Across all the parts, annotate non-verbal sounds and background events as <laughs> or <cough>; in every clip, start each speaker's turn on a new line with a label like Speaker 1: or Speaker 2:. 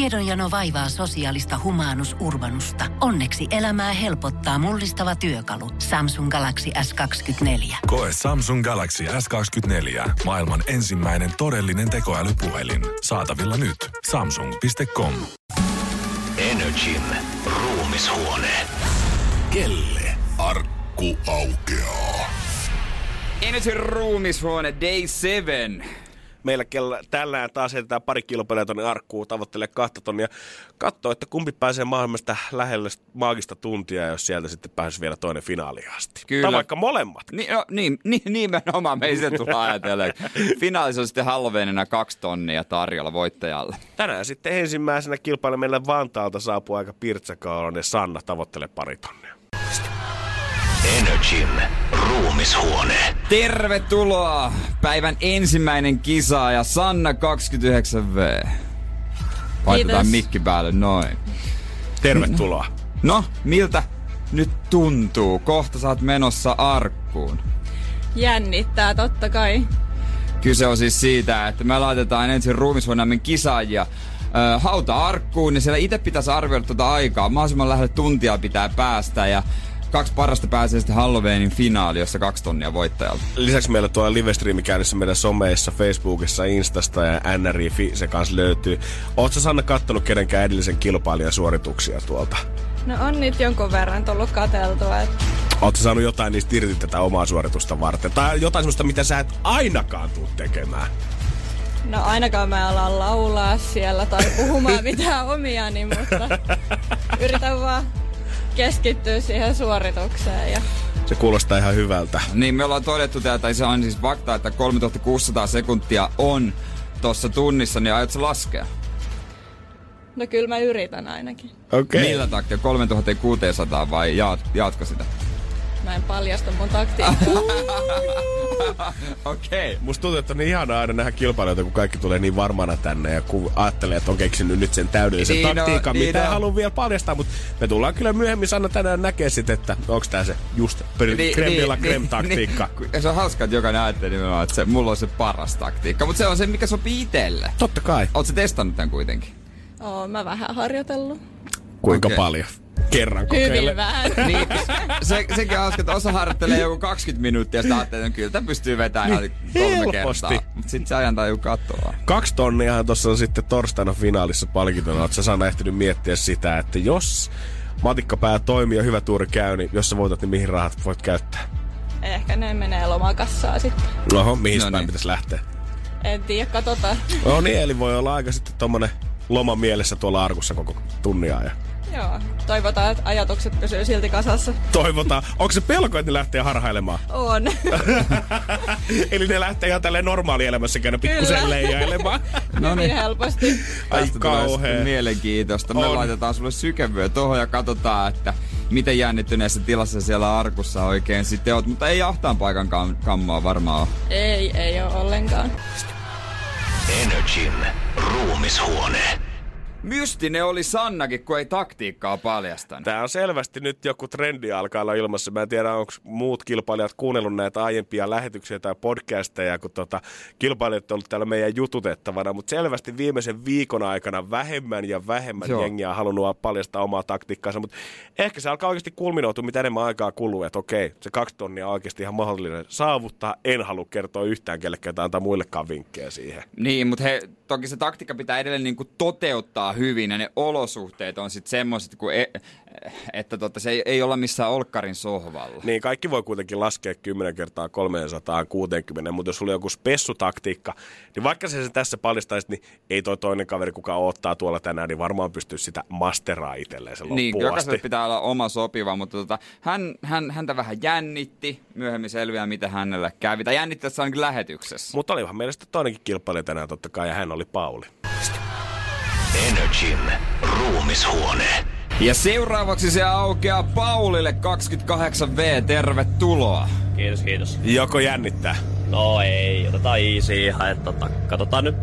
Speaker 1: Tiedonjano vaivaa sosiaalista humanus urbanusta. Onneksi elämää helpottaa mullistava työkalu. Samsung Galaxy S24.
Speaker 2: Koe Samsung Galaxy S24. Maailman ensimmäinen todellinen tekoälypuhelin. Saatavilla nyt. Samsung.com.
Speaker 3: Energin ruumishuone.
Speaker 2: Kelle arkku aukeaa?
Speaker 4: Energy Ruumishuone Day 7.
Speaker 5: Meillä kell- tänään taas heitetään pari kilpailijaa tuonne arkkuun, tavoittelee kahta tonnia. Katso, että kumpi pääsee maailmasta lähelle maagista tuntia, jos sieltä sitten pääsisi vielä toinen finaaliin asti.
Speaker 4: Kyllä.
Speaker 5: Tai vaikka molemmat.
Speaker 4: Ni, no, niin, ni, nimenomaan me ei sitä tule ajatella. Finaalissa on sitten halveenina kaksi tonnia tarjolla voittajalle.
Speaker 5: Tänään sitten ensimmäisenä kilpailija meillä Vantaalta saapuu aika pirtsakaaloinen Sanna tavoittelee pari tonnia.
Speaker 3: Energin ruumishuone.
Speaker 4: Tervetuloa päivän ensimmäinen kisaaja Sanna 29V. Laitetaan
Speaker 6: Kiitos.
Speaker 4: mikki päälle, noin.
Speaker 5: Tervetuloa.
Speaker 4: No, miltä nyt tuntuu? Kohta saat menossa arkkuun.
Speaker 6: Jännittää totta kai.
Speaker 4: Kyse on siis siitä, että me laitetaan ensin ruumishuoneemme kisaajia ö, hauta-arkkuun, niin siellä itse pitäisi arvioida tuota aikaa. Mahdollisimman lähelle tuntia pitää päästä ja kaksi parasta pääsee sitten Halloweenin finaali, jossa kaksi tonnia voittajalta.
Speaker 5: Lisäksi meillä tuo live-streami käynnissä meidän someissa, Facebookissa, Instasta ja NRI.fi, se kanssa löytyy. Oletko Sanna kattonut kenenkään edellisen kilpailijan suorituksia tuolta?
Speaker 6: No on nyt jonkun verran tullut kateltua. Et
Speaker 5: Oletko saanut jotain niistä irti tätä omaa suoritusta varten? Tai jotain sellaista, mitä sä et ainakaan tuu tekemään?
Speaker 6: no ainakaan mä alan laulaa siellä tai
Speaker 4: <laughs>
Speaker 6: puhumaan mitään omiani, mutta yritän vaan keskittyä siihen suoritukseen. Ja...
Speaker 5: Se kuulostaa ihan hyvältä.
Speaker 4: Niin, me ollaan todettu täällä, tai se on siis fakta, että 3600 sekuntia on tuossa tunnissa, niin aiotko laskea?
Speaker 6: No kyllä mä yritän ainakin.
Speaker 5: Okei.
Speaker 4: Millä takia? 3600 vai jaat, jaatko sitä?
Speaker 6: Mä en paljasta mun
Speaker 4: <laughs>
Speaker 6: taktiikkaa.
Speaker 4: Okei. Okay.
Speaker 5: Musta tuntuu, että on niin ihanaa aina nähdä kilpailijoita, kun kaikki tulee niin varmana tänne ja kun ajattelee, että on keksinyt nyt sen täydellisen
Speaker 4: Niin on,
Speaker 5: taktiikan,
Speaker 4: niin
Speaker 5: mitä ei
Speaker 4: on.
Speaker 5: halua vielä paljastaa, mutta me tullaan kyllä myöhemmin Sanna tänään näkee sit, että onko tää se just per- niin, krem de la krem taktiikka.
Speaker 4: Niin, niin. se on hauska, että jokainen ajattelee nimenomaan, että se, mulla on se paras taktiikka, mutta se on se, mikä sopii itselle.
Speaker 5: Totta kai.
Speaker 4: Oletko testannut tämän
Speaker 5: <laughs>
Speaker 4: kuitenkin?
Speaker 6: Oon mä vähän harjoitellut.
Speaker 5: Kuinka
Speaker 4: Okei.
Speaker 5: paljon? Kerran kokeile.
Speaker 6: Hyvin vähän.
Speaker 4: <laughs> Niin, se, sekin on hauska, että osa harjoittelee joku 20 minuuttia ja sitten ajattelee, että no kyllä tämän pystyy vetämään ihan kolme
Speaker 5: Niin, helposti.
Speaker 4: kertaa. Mutta sitten se ajantaju katoaa.
Speaker 5: Kaksi tonniahan tuossa on sitten torstaina finaalissa palkintona. Oletko Sanna ehtinyt miettiä sitä, että jos matikkapää toimii ja hyvä tuuri käy, niin jos sä voitat, niin mihin rahat voit käyttää?
Speaker 6: Ehkä ne menee lomakassaan sitten.
Speaker 5: Oho, mihin
Speaker 4: No
Speaker 5: no niin.
Speaker 4: niin.
Speaker 5: pitäisi lähteä?
Speaker 6: En tiedä, katsotaan.
Speaker 5: No niin, eli voi olla aika sitten tommonen loma mielessä tuolla arkussa koko tunnia ja
Speaker 6: Joo. Toivotaan, että ajatukset pysyy silti kasassa.
Speaker 5: toivotaan. Onko se pelko, että ne lähtee harhailemaan? <laughs>
Speaker 4: No
Speaker 6: On.
Speaker 5: eli ne lähtee ihan tälleen normaalielämässä käydä pikkusen
Speaker 6: Kyllä.
Speaker 5: leijailemaan.
Speaker 4: No
Speaker 6: Hyvin
Speaker 4: niin.
Speaker 6: helposti.
Speaker 5: Ai
Speaker 4: Tästä tulee
Speaker 5: kauhea.
Speaker 4: sitten mielenkiintoista. Me
Speaker 5: On.
Speaker 4: laitetaan sulle sykevyö tuohon ja katsotaan, että miten jännittyneessä tilassa siellä arkussa oikein sitten oot. Mutta ei ahtaan paikan kam- kammaa varmaan ole.
Speaker 6: Ei, ei ole ollenkaan.
Speaker 3: Energin ruumishuone.
Speaker 4: Mystinen oli Sannakin, kun ei taktiikkaa paljastanut.
Speaker 5: Tämä on selvästi nyt joku trendi alkaa olla ilmassa. Mä en tiedä, onko muut kilpailijat kuunnellut näitä aiempia lähetyksiä tai podcasteja, kun tota, kilpailijat on ollut täällä meidän jututettavana, mutta selvästi viimeisen viikon aikana vähemmän ja vähemmän Joo.
Speaker 4: Joo.
Speaker 5: jengiä on halunnut paljastaa omaa taktiikkaansa, mutta ehkä se alkaa oikeasti kulminoitua, mitä enemmän aikaa kuluu, että okei, se kaksi tonnia on oikeasti ihan mahdollinen saavuttaa. En halua kertoa yhtään kellekään tai antaa muillekaan vinkkejä siihen.
Speaker 4: Niin, mutta he, toki se taktiikka pitää edelleen niinku toteuttaa hyvin ja ne olosuhteet on sitten semmoiset, kun e, että tota, se ei, ei, olla missään olkkarin sohvalla.
Speaker 5: Niin, kaikki voi kuitenkin laskea 10 kertaa 360, mutta jos sulla on joku spessutaktiikka, niin vaikka se, se tässä paljastaisi, niin ei toi toinen kaveri, kuka ottaa tuolla tänään, niin varmaan pystyy sitä masteraa itselleen sen
Speaker 4: Niin,
Speaker 5: loppuun
Speaker 4: jokaiselle
Speaker 5: asti.
Speaker 4: pitää olla oma sopiva, mutta tota, hän, hän, häntä vähän jännitti. Myöhemmin selviää, mitä hänellä kävi. Tai jännitti tässä ainakin lähetyksessä.
Speaker 5: Mutta olihan meillä sitten toinenkin kilpailija tänään totta kai, ja hän oli Pauli.
Speaker 3: Energin ruumishuone.
Speaker 4: Ja seuraavaksi se aukeaa Paulille 28V. Tervetuloa.
Speaker 7: Kiitos, kiitos.
Speaker 5: Joko <laughs> jännittää?
Speaker 7: No ei, otetaan easy ihan, että tota, katsotaan nyt.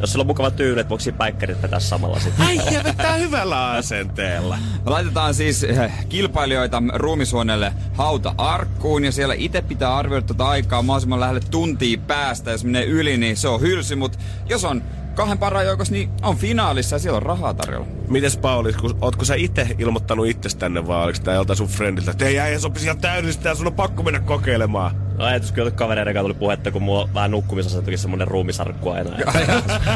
Speaker 7: Jos sillä on mukava tyyli, että voiko siinä päikkärit vetää samalla sitten.
Speaker 5: Ai, ja vetää hyvällä asenteella.
Speaker 4: Laitetaan siis eh, kilpailijoita ruumishuoneelle hauta-arkkuun ja siellä itse pitää arvioida tätä aikaa mahdollisimman lähelle tuntia päästä. Jos menee yli, niin se on hylsy, mutta jos on kahden parhaan joukossa niin on finaalissa ja siellä on rahaa tarjolla.
Speaker 5: Mites Pauli, kun, ootko sä itse ilmoittanut itsestä tänne vai oliko tää joltain sun friendiltä, että ei äijä sopi siellä täydellistä ja sun on pakko mennä kokeilemaan?
Speaker 7: No ajatus kyllä kavereiden kanssa tuli puhetta, kun mulla on vähän nukkumisasentokin semmonen ruumisarkku aina.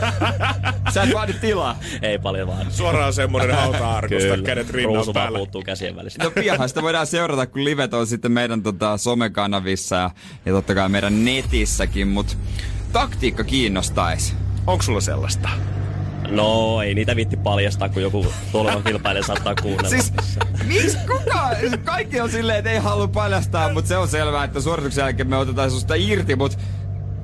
Speaker 7: <laughs>
Speaker 4: Sä et vaadi tilaa.
Speaker 7: Ei paljon vaan.
Speaker 5: Suoraan <laughs> semmonen hauta-arkusta, kädet rinnan
Speaker 7: Ruusu vaan
Speaker 5: päällä.
Speaker 7: puuttuu käsien välistä.
Speaker 4: No pianhan sitä voidaan seurata, kun livet on sitten meidän tota, somekanavissa ja, ja totta kai meidän netissäkin, mut taktiikka kiinnostais.
Speaker 5: Onko sulla sellaista?
Speaker 7: No, ei niitä vitti paljastaa, kun joku tuleva kilpailija saattaa kuunnella.
Speaker 4: Siis, miksi kuka? Kaikki on silleen, että ei halua paljastaa, mutta se on selvää, että suorituksen jälkeen me otetaan susta irti, mutta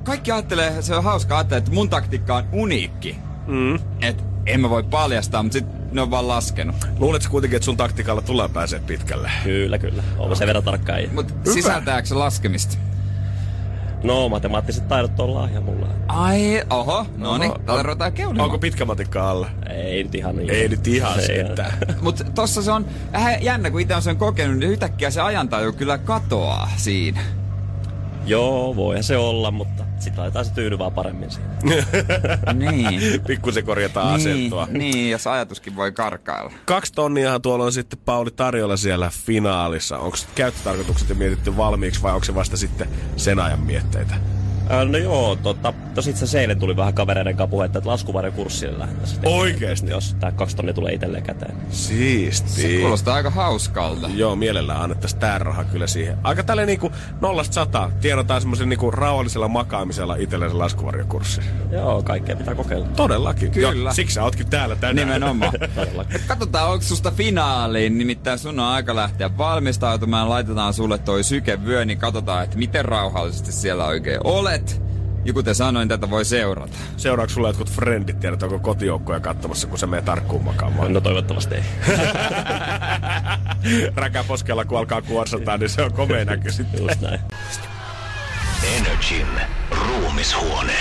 Speaker 4: kaikki ajattelee, se on hauska ajatella, että mun taktiikka on uniikki. Mm. Et en mä voi paljastaa, mutta sit ne on vaan laskenut.
Speaker 5: Luuletko kuitenkin, että sun taktiikalla tulee pääsee pitkälle?
Speaker 7: Kyllä, kyllä. Onko sen verran tarkka ei.
Speaker 4: Mut sisältääkö se laskemista?
Speaker 7: No, matemaattiset taidot on lahja mulla.
Speaker 4: Ai, oho, no niin,
Speaker 5: Oho.
Speaker 4: täällä ruvetaan keulimaan.
Speaker 5: Onko pitkä matikka alla?
Speaker 7: Ei nyt ihan niin.
Speaker 5: Ei nyt ihan
Speaker 7: Ei
Speaker 5: sitä.
Speaker 4: Mutta tossa se on vähän jännä, kun itse on sen kokenut, niin yhtäkkiä se ajantaju kyllä katoaa <laughs> siinä.
Speaker 7: Joo, voihan se olla, mutta sit laitetaan se tyyny vaan paremmin siihen.
Speaker 4: niin.
Speaker 5: Pikkusen korjataan asentoa.
Speaker 4: Niin, niin, jos ajatuskin voi karkailla.
Speaker 5: Kaksi tonniahan tuolla on sitten Pauli tarjolla siellä finaalissa. Onko käyttötarkoitukset jo mietitty valmiiksi vai onko se vasta sitten sen ajan mietteitä?
Speaker 7: Äh, No joo, tota, tos itse asiassa eilen tuli vähän kavereiden kanssa puhetta, että laskuvarjokurssille lähdetään sitten.
Speaker 5: Oikeesti?
Speaker 7: Jos tää kaksi tonnia tulee itselleen käteen.
Speaker 4: Se
Speaker 5: Siisti.
Speaker 4: kuulostaa aika hauskalta.
Speaker 5: Joo, mielellään annettaisiin tää raha kyllä siihen. Aika tälleen niinku nollasta sataa. Tiedotaan semmoisen niinku rauhallisella makaamisella itsellensä laskuvarjokurssi.
Speaker 7: Joo, kaikkea pitää kokeilla.
Speaker 5: Todellakin.
Speaker 4: Kyllä.
Speaker 5: Joo, siksi sä ootkin täällä tänään.
Speaker 4: Nimenomaan.
Speaker 7: Todellakin.
Speaker 4: Katsotaan, onko susta finaaliin, nimittäin sun on aika lähteä valmistautumaan, laitetaan sulle toi sykevyö, niin katsotaan, että miten rauhallisesti siellä oikein olet. Ja kuten sanoin, tätä voi seurata.
Speaker 5: Seuraako sulla jotkut frendit tiedät, onko kotijoukkoja katsomassa, kun se menee tarkkuun makaamaan? <laughs>
Speaker 7: No toivottavasti ei.
Speaker 5: Räkäposkella, kun alkaa kuorsataa, niin se on komea näkö sitten.
Speaker 7: Just <laughs> näin.
Speaker 3: Energin ruumishuone.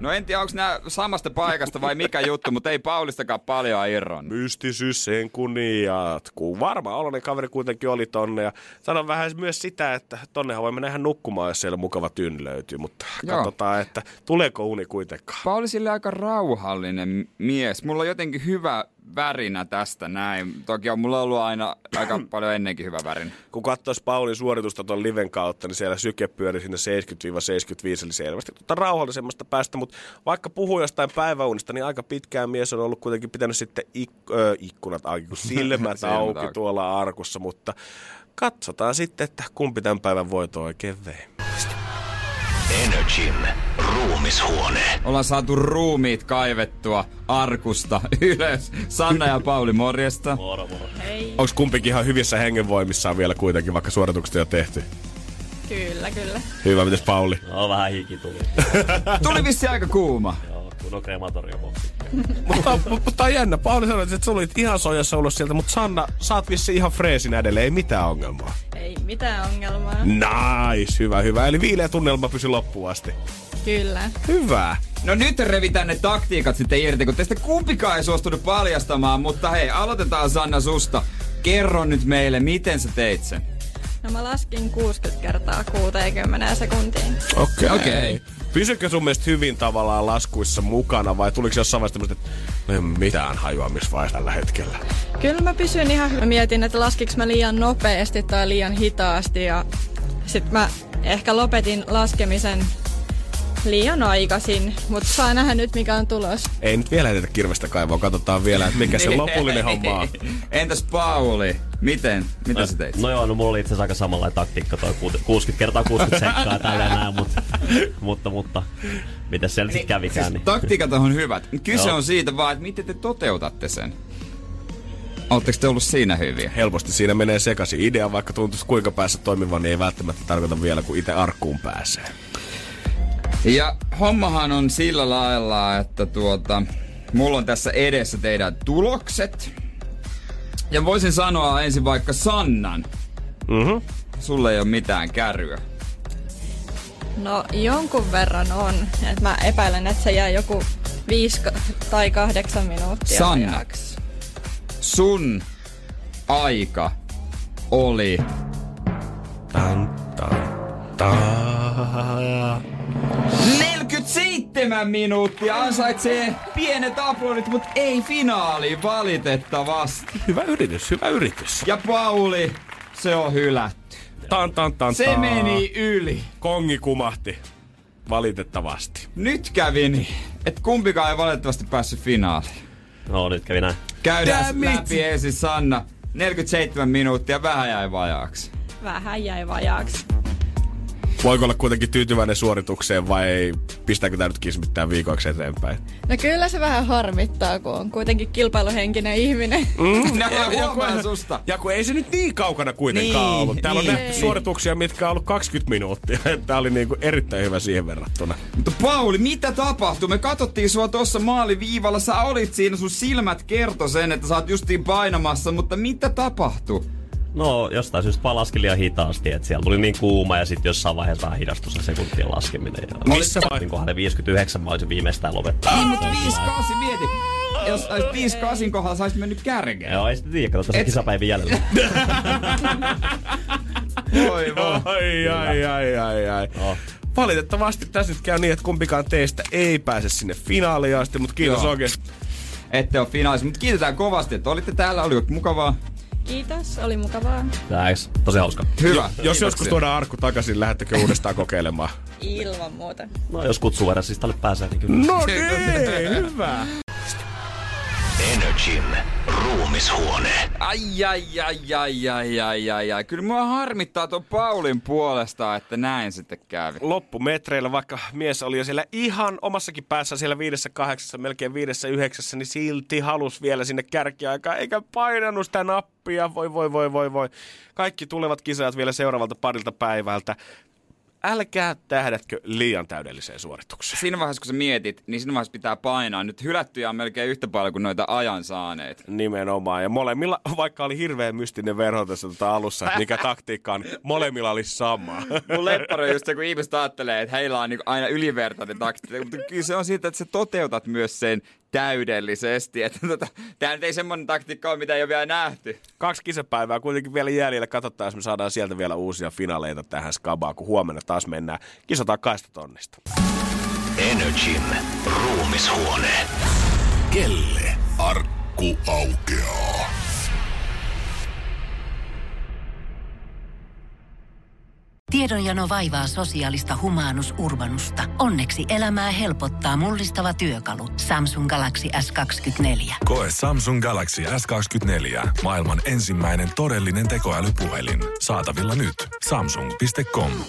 Speaker 4: No en tiedä, onko nämä samasta paikasta vai mikä <laughs> juttu, mutta ei Paulistakaan paljon irron.
Speaker 5: <laughs> mystisyys sen kun niin jatkuu. Varma oloinen kaveri kuitenkin oli tonne ja sanon vähän myös sitä, että tonnehan voi mennä ihan nukkumaan, jos siellä mukava tyn löytyy, mutta
Speaker 4: Joo.
Speaker 5: katsotaan, että tuleeko uni kuitenkaan.
Speaker 4: Pauli sille aika rauhallinen mies. Mulla on jotenkin hyvä värinä tästä näin. Toki on mulla ollut aina aika paljon ennenkin hyvä värinä.
Speaker 5: Kun katsoisi Paulin suoritusta tuon liven kautta, niin siellä syke pyöri sinne 70-75, eli selvästi tuota rauhallisemmasta päästä, mutta vaikka puhuu jostain päiväunista, niin aika pitkään mies on ollut kuitenkin pitänyt sitten ik- ö, ikkunat auki, kun <laughs> silmät
Speaker 4: Silmät
Speaker 5: auki
Speaker 4: auki.
Speaker 5: tuolla arkussa, mutta katsotaan sitten, että kumpi tämän päivän voito oikein vei.
Speaker 3: Energin ruumishuone.
Speaker 4: Ollaan saatu ruumiit kaivettua arkusta ylös. Sanna ja Pauli, morjesta.
Speaker 7: Moro, moro.
Speaker 6: Hei,
Speaker 5: Onko kumpikin ihan hyvissä hengenvoimissaan vielä kuitenkin, vaikka suoritukset on jo tehty?
Speaker 6: kyllä, kyllä.
Speaker 5: Hyvä, mites Pauli?
Speaker 7: No vähän hiki tuli.
Speaker 4: Tuli vissi aika kuuma.
Speaker 7: Joo, kun on krematorium.
Speaker 5: mutta, mutta tää on jännä. Pauli sanoi, että sulla olit ihan sojassa ulos sieltä, mutta Sanna, sä oot vissiin ihan freesinä edelleen, ei mitään ongelmaa.
Speaker 6: Ei mitään ongelmaa.
Speaker 5: Mm. Nice, hyvä, hyvä. Eli viileä tunnelma pysyi loppuun asti.
Speaker 6: Kyllä.
Speaker 5: Hyvä.
Speaker 4: No nyt revitään ne taktiikat sitten irti, kun teistä kumpikaan ei suostunut paljastamaan, mutta hei, aloitetaan Sanna susta. Kerro nyt meille, miten sä teit sen.
Speaker 6: No mä laskin 60 kertaa 60 sekuntiin.
Speaker 5: Okei.
Speaker 4: Okei.
Speaker 5: Pysykö sun mielestä hyvin tavallaan laskuissa mukana vai tuliko jossain vaiheessa tämmöset, että no ei mitään hajua, missä vaiheessa tällä hetkellä?
Speaker 6: Kyllä mä pysyn ihan hyvä. Mä mietin, että laskiks mä liian nopeasti tai liian hitaasti ja sit mä ehkä lopetin laskemisen liian aikaisin, mutta saa nähdä nyt mikä on tulos.
Speaker 5: Ei nyt vielä edetä kirvestä kaivoa, katsotaan vielä, että mikä se lopullinen homma on.
Speaker 4: <laughs> Entäs Pauli, miten? Mitä sä teit?
Speaker 7: No joo, no mulla oli itse asiassa aika samanlainen taktiikka toi kuut- 60 kertaa 60 sekkaa tällä näin, mutta, mutta, mutta mitä siellä sitten kävikään, niin
Speaker 4: Siis Taktiikat on hyvät. Kyse
Speaker 7: Joo.
Speaker 4: on siitä vaan, että miten te toteutatte sen. Oletteko te ollut siinä hyviä?
Speaker 5: helposti siinä menee sekaisin. Idea, vaikka tuntuisi kuinka päässä toimivan, niin ei välttämättä tarkoita vielä, kun itse arkkuun pääsee.
Speaker 4: Ja hommahan on sillä lailla, että tuota, mulla on tässä edessä teidän tulokset. Ja voisin sanoa ensin vaikka Sannan. Mm-hmm. Sulle ei ole mitään kärryä.
Speaker 6: No jonkun verran on. Et mä epäilen, että se jää joku 5 tai 8 minuuttia
Speaker 4: Sanna.
Speaker 6: vajaaksi.
Speaker 4: Sun aika oli
Speaker 5: Tan, tan, tan.
Speaker 4: 47 seitsemän minuuttia ansaitsee pienet aplodit, mutta ei finaali valitettavasti.
Speaker 5: Hyvä yritys, hyvä yritys.
Speaker 4: Ja Pauli, se on hylätty.
Speaker 5: Tan, tan, tan,
Speaker 4: Se
Speaker 5: tan.
Speaker 4: meni yli.
Speaker 5: Kongi kumahti. Valitettavasti.
Speaker 4: Nyt kävi niin, että kumpikaan ei valitettavasti päässyt finaaliin.
Speaker 7: No nyt kävi näin.
Speaker 4: Käydään
Speaker 5: Damn it.
Speaker 4: läpi ensin Sanna. 47 minuuttia, vähän jäi vajaaksi.
Speaker 6: Vähän jäi vajaaksi.
Speaker 5: Voiko olla kuitenkin tyytyväinen suoritukseen vai ei? Pistääkö tämä nyt kismittää viikoksi eteenpäin?
Speaker 6: No kyllä se vähän harmittaa, kun on kuitenkin kilpailuhenkinen ihminen.
Speaker 4: <laughs> Nää huomaan susta.
Speaker 5: Mm. Ja kun ei se nyt niin kaukana kuitenkaan
Speaker 4: Niin,
Speaker 5: niin, ollut. Täällä
Speaker 4: niin.
Speaker 5: on nähty suorituksia, mitkä on ollut 20 minuuttia. <laughs> Tämä oli niinku erittäin hyvä siihen verrattuna.
Speaker 4: Mutta Pauli, mitä tapahtui? Me katsottiin sua tuossa maaliviivalla, sä olit siinä, sun silmät kertoi sen, että sä oot justiin painamassa, mutta mitä tapahtui?
Speaker 7: No jostain syystä vaan laskin liian hitaasti, että siellä tuli niin kuuma ja sitten jossain vaiheessa vähän hidastui se sekuntien laskeminen. Ja
Speaker 5: Missä vai-
Speaker 7: Niin ne 59 mä olisin viimeistään lopettanut.
Speaker 4: Niin, mutta 5-8, mieti. Jos olisit 5-8 kohdalla, sä olisit mennyt kärkeen.
Speaker 7: Joo, ei sitten tiedä, kato tässä
Speaker 4: Et-
Speaker 7: Et... kisapäivin jäljellä.
Speaker 4: <laughs> Voi voi.
Speaker 5: Ai, ai, ai, ai, ai.
Speaker 7: Joo.
Speaker 5: Valitettavasti tässä nyt käy niin, että kumpikaan teistä ei pääse sinne finaaliin asti, mutta kiitos
Speaker 4: Joo.
Speaker 5: oikeesti.
Speaker 4: Ette ole finaalissa, mutta kiitetään kovasti, että olitte täällä, oli mukavaa.
Speaker 6: Kiitos, oli mukavaa.
Speaker 7: Thanks. Tosi hauska.
Speaker 4: Hyvä.
Speaker 5: Jos
Speaker 4: Kiitoksia.
Speaker 5: joskus tuodaan arkku takaisin, lähettekö uudestaan kokeilemaan?
Speaker 6: Ilman muuta.
Speaker 7: No jos kutsuu verran, siis tälle pääsee, niin kyllä.
Speaker 5: No niin, hyvä.
Speaker 3: Energin ruumishuone.
Speaker 4: Ai, ai, ai, ai, ai, ai, ai, ai. Kyllä mua harmittaa ton Paulin puolesta, että näin sitten kävi.
Speaker 5: Loppumetreillä, vaikka mies oli jo siellä ihan omassakin päässä siellä viidessä kahdeksassa, melkein viidessä yhdeksässä, niin silti halus vielä sinne kärkiaikaan, eikä painanut sitä nappia. Voi, voi, voi, voi, voi. Kaikki tulevat kisat vielä seuraavalta parilta päivältä. Älkää tähdätkö liian täydelliseen suoritukseen.
Speaker 4: Siinä vaiheessa, kun sä mietit, niin siinä vaiheessa pitää painaa. Nyt hylättyjä on melkein yhtä paljon kuin noita ajan saaneet.
Speaker 5: Nimenomaan. Ja molemmilla, vaikka oli hirveän mystinen verho tässä tota alussa, että mikä taktiikka on, molemmilla oli sama.
Speaker 4: Mun leppari on just se, kun ihmiset ajattelee, että heillä on niinku aina ylivertainen takti. Mutta kyllä se on siitä, että sä toteutat myös sen täydellisesti. Että tota, tää nyt ei semmoinen taktiikka ole, mitä ei ole vielä nähty.
Speaker 5: Kaksi kisapäivää kuitenkin vielä jäljellä. Katsotaan, jos me saadaan sieltä vielä uusia finaaleita tähän skabaan, kun huomenna taas mennään. Kisataan kaista tonnista.
Speaker 3: Energin ruumishuone.
Speaker 2: Kelle arkku aukeaa?
Speaker 1: Tiedonjano vaivaa sosiaalista humanus urbanusta. Onneksi elämää helpottaa mullistava työkalu. Samsung Galaxy S24.
Speaker 2: Koe Samsung Galaxy S24. Maailman ensimmäinen todellinen tekoälypuhelin. Saatavilla nyt. Samsung.com.